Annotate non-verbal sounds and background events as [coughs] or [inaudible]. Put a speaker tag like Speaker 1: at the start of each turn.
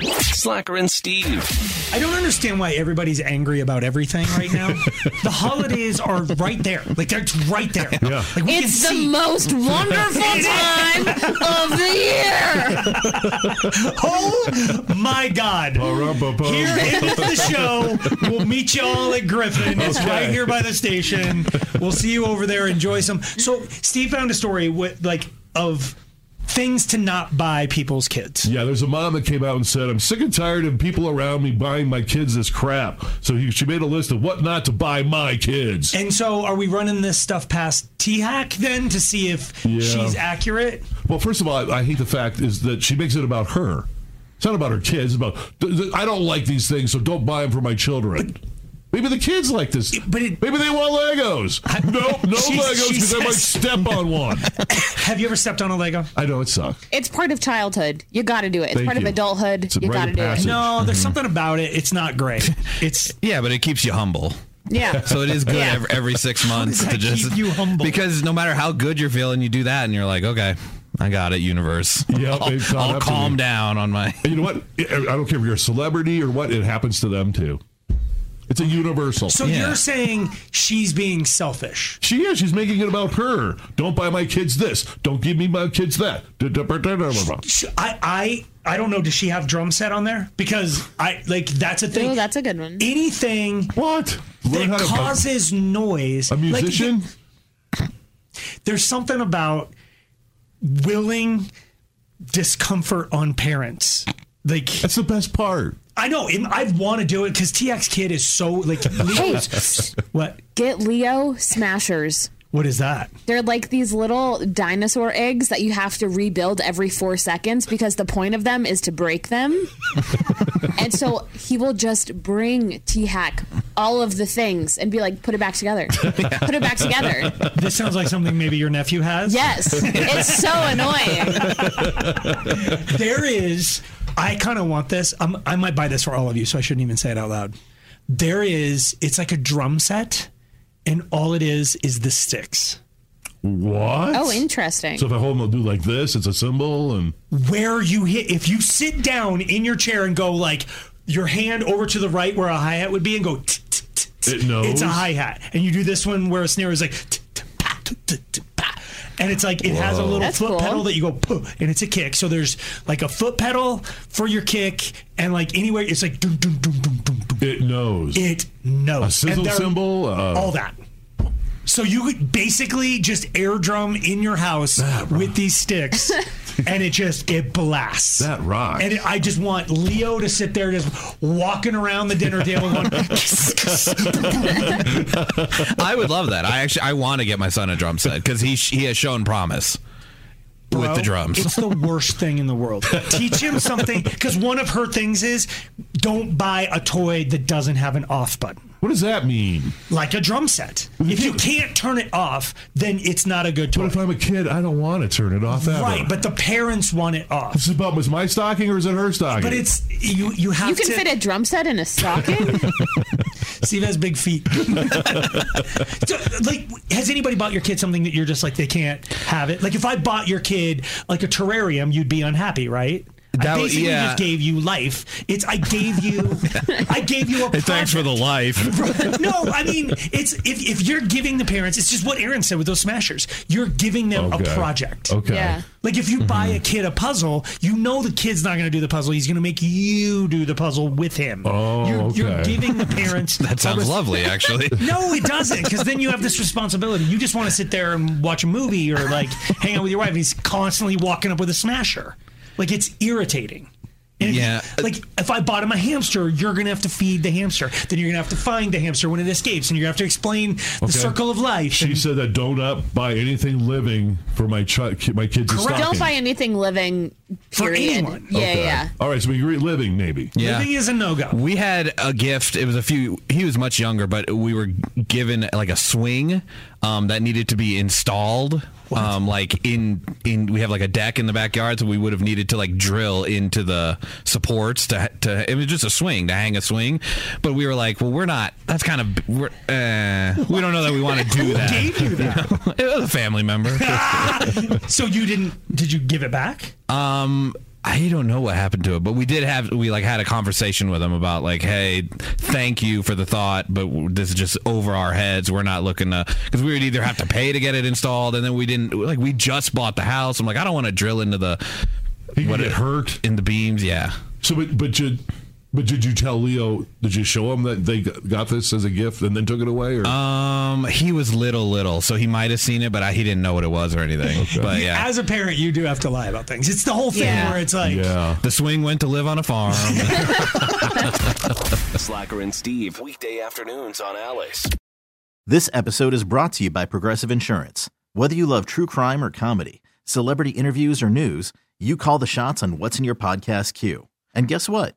Speaker 1: Slacker and Steve.
Speaker 2: I don't understand why everybody's angry about everything right now. the holidays are right there. Like they're it's right there. Yeah. Like we
Speaker 3: It's the
Speaker 2: can see.
Speaker 3: most wonderful
Speaker 4: [laughs]
Speaker 3: time of the year.
Speaker 2: Oh my God.
Speaker 4: Ba-rum-ba-bum.
Speaker 2: Here ends the show. We'll meet you all at Griffin. It's right here by the station. We'll see you over there. Enjoy some. So Steve found a story with like of things to not buy people's kids.
Speaker 4: Yeah, there's a mom that came out and said, I'm sick and tired of people around me buying my kids this crap. So he, she made a list of what not to buy my kids.
Speaker 2: And so are we running this stuff past T Hack then to see if
Speaker 4: Yeah.
Speaker 2: she's accurate? [coughs]
Speaker 4: Well, first of all, I, I hate the fact is that she makes it about her. It's not about her kids. It's about, "Th- th- I don't like these things, so don't buy them for my children. Maybe the kids like this.
Speaker 2: but it-
Speaker 4: Maybe they want Legos.
Speaker 2: [laughs]
Speaker 4: nope, no
Speaker 2: She-
Speaker 4: Legos
Speaker 2: she
Speaker 4: because I might
Speaker 2: says-
Speaker 4: step on
Speaker 2: [laughs]
Speaker 4: one.
Speaker 2: Have you ever stepped on a Lego?
Speaker 4: I know it sucks.
Speaker 3: It's part of childhood. You got to do it. It's
Speaker 4: Thank
Speaker 3: part
Speaker 4: you.
Speaker 3: of adulthood.
Speaker 4: It's a
Speaker 3: you
Speaker 4: rite
Speaker 3: got to
Speaker 4: of
Speaker 3: do it.
Speaker 4: passage.
Speaker 2: No, there's something about it. It's not great. It's
Speaker 5: Yeah, but it keeps you humble.
Speaker 4: [laughs]
Speaker 3: Yeah.
Speaker 5: So it is good
Speaker 3: Yeah.
Speaker 5: every,
Speaker 2: [laughs]
Speaker 5: every six months
Speaker 2: does
Speaker 5: to
Speaker 2: that
Speaker 5: just
Speaker 2: keep you humble?
Speaker 5: because no matter how good you're feeling, you do that and you're like, okay, I got
Speaker 2: [laughs]
Speaker 5: it, universe.
Speaker 4: Yep, they've
Speaker 5: I'll,
Speaker 4: caught
Speaker 5: I'll
Speaker 4: up to
Speaker 5: calm
Speaker 4: me.
Speaker 5: down on my.
Speaker 4: And you know what? I I don't care if you're a celebrity or what, it happens to them too. It's a universal.
Speaker 2: so
Speaker 5: Yeah.
Speaker 2: you're saying she's being selfish.
Speaker 4: She is. She's making it about her. Don't buy my kids this. Don't give me my kids that. It's
Speaker 2: Sh- I I I don't know. Does she have drum set on there? Because I like that's a thing.
Speaker 3: Oh, that's a good
Speaker 4: [laughs]
Speaker 3: one.
Speaker 2: Anything
Speaker 4: What? Learn
Speaker 2: that
Speaker 4: how to
Speaker 2: causes noise.
Speaker 4: a
Speaker 2: like,
Speaker 4: musician?
Speaker 2: th- there's something about willing discomfort on parents. Like
Speaker 4: That's the best part.
Speaker 2: I know and I want to do it because TX Kid is so like Leo's. what
Speaker 3: Get Leo Smashers.
Speaker 2: what is that?
Speaker 3: They're like these little dinosaur eggs that you have to rebuild every four seconds because the point of them is to break
Speaker 4: [laughs]
Speaker 3: them. and so he will just bring T Hack all of the things and be like, put it back
Speaker 4: [laughs]
Speaker 3: together. Put it back together.
Speaker 2: This sounds like something maybe your nephew has.
Speaker 4: [laughs]
Speaker 3: Yes. It's so annoying.
Speaker 2: there is i kind of want this I'm, i might buy this for all of you so i shouldn't even say it out loud there is it's like a drum set and all it is is the sticks
Speaker 4: What?
Speaker 3: Oh, interesting.
Speaker 4: so if I hold them, they'll do like this. It's a symbol, and
Speaker 2: where you hit if you sit down in your chair and go like your hand over to the right where a hi-hat would be and go t- t- t- t-
Speaker 4: It knows.
Speaker 2: it's a hi-hat and you do this one where a snare is like t- t- pa, t- t- t- pa. and it's like it has a little
Speaker 3: That's
Speaker 2: foot
Speaker 3: cool.
Speaker 2: pedal that you go "Poo," and it's a kick so there's like a foot pedal for your kick and like anywhere it's like dum, dum, dum, dum, dum, dum.
Speaker 4: it knows.
Speaker 2: it knows
Speaker 4: a sizzle
Speaker 2: And they're-
Speaker 4: symbol. Uh,
Speaker 2: all that so you could basically just air drum in your house with these sticks
Speaker 4: [laughs]
Speaker 2: and it just it blasts
Speaker 4: That rocks.
Speaker 2: and I just want Leo to sit there just walking around the dinner table
Speaker 4: [laughs]
Speaker 2: going,
Speaker 5: I would love that. I actually I want to get my son a drum set because he he has shown promise with
Speaker 2: "Bro,
Speaker 5: the drums.
Speaker 2: It's the worst thing in the world. Teach him something because one of her things is don't buy a toy that doesn't have an off button.
Speaker 4: What does that mean?
Speaker 2: Like a drum set. If you can't turn it off, then it's not a good toy.
Speaker 4: But if I'm a kid, I don't want to turn it off ever.
Speaker 2: Right, but the parents want it off.
Speaker 4: this is about was my stocking or is it her stocking?
Speaker 2: But it's you. You have
Speaker 3: You can
Speaker 2: to.
Speaker 3: fit a drum set in
Speaker 2: [laughs]
Speaker 3: a stocking?
Speaker 2: Steve has big
Speaker 5: [laughs]
Speaker 2: feet. So, like, has anybody bought your kid something that you're just like they can't have it? Like, if I bought your kid like a terrarium, you'd be unhappy, right?
Speaker 5: That
Speaker 2: I
Speaker 5: w-
Speaker 2: basically
Speaker 5: yeah.
Speaker 2: just gave you life. It's I gave
Speaker 5: [laughs]
Speaker 2: you, I gave you a.
Speaker 5: Hey, thanks for the life.
Speaker 2: project. [laughs] no, I mean it's if, if you're giving the parents, it's just what Aaron said with those smashers. You're giving them
Speaker 4: Okay.
Speaker 2: a project.
Speaker 4: Okay.
Speaker 3: Yeah.
Speaker 2: Like if you buy a kid a puzzle, you know the kid's not going to do the puzzle. He's going to make you do the puzzle with him.
Speaker 4: Oh,
Speaker 2: you're, you're
Speaker 4: okay.
Speaker 2: giving the parents
Speaker 5: That sounds lovely,
Speaker 2: [laughs]
Speaker 5: actually.
Speaker 2: No, it doesn't, because then you have this responsibility. You just want to sit there and watch a movie or like hang out with your wife. He's constantly walking up with a smasher. Like it's irritating. And
Speaker 5: Yeah.
Speaker 2: Like if I bought him a hamster, you're gonna have to feed the hamster. Then you're gonna have to find the hamster when it escapes, and you're gonna have to explain the circle of life.
Speaker 4: She
Speaker 2: and-
Speaker 4: said that don't up buy anything living for my chi- ki- my kids.
Speaker 2: Correct.
Speaker 4: Stocking.
Speaker 3: Don't buy anything living.
Speaker 2: For
Speaker 3: Period.
Speaker 2: anyone.
Speaker 3: Yeah,
Speaker 4: Okay.
Speaker 3: yeah.
Speaker 4: All right, so we agree living maybe.
Speaker 5: Yeah.
Speaker 2: Living is a no go.
Speaker 5: We had a gift. It was a few. He was much younger, but we were given like a swing um, that needed to be installed. Um, like in in we have like a deck in the backyard, so we would have needed to like drill into the supports to to. It was just a swing to hang a swing, but we were like, well, we're not. That's kind of we're uh, we don't know that we want to do that.
Speaker 2: Gave you that.
Speaker 5: [laughs] it was a
Speaker 2: [laughs]
Speaker 5: family member.
Speaker 2: so you didn't? Did you give it back?
Speaker 5: Um, I don't know what happened to it, but we did have we like had a conversation with him about like, hey, thank you for the thought, but w- this is just over our heads. We're not looking to because we would either have to pay to get it installed, and then we didn't like we just bought the house. I'm like, I don't want to drill into the
Speaker 4: He could
Speaker 5: what
Speaker 4: get
Speaker 5: it-
Speaker 4: hurt.
Speaker 5: in the beams. Yeah,
Speaker 4: So, but but you, but did you tell Leo? Did you show him that they g- got this as a gift and then took it away? Or
Speaker 5: um, he was little, little, so he might have seen it, but I, he didn't know what it was
Speaker 4: [laughs]
Speaker 5: or anything. But yeah,
Speaker 2: As a parent, you do have to lie about things. It's the whole thing
Speaker 3: Yeah.
Speaker 2: where it's like,
Speaker 4: yeah.
Speaker 5: the swing went to live on a farm.
Speaker 1: Slacker and Steve, weekday afternoons on Alice.
Speaker 6: This episode is brought to you by Progressive Insurance. Whether you love true crime or comedy, celebrity interviews or news, you call the shots on what's in your podcast queue. And guess what?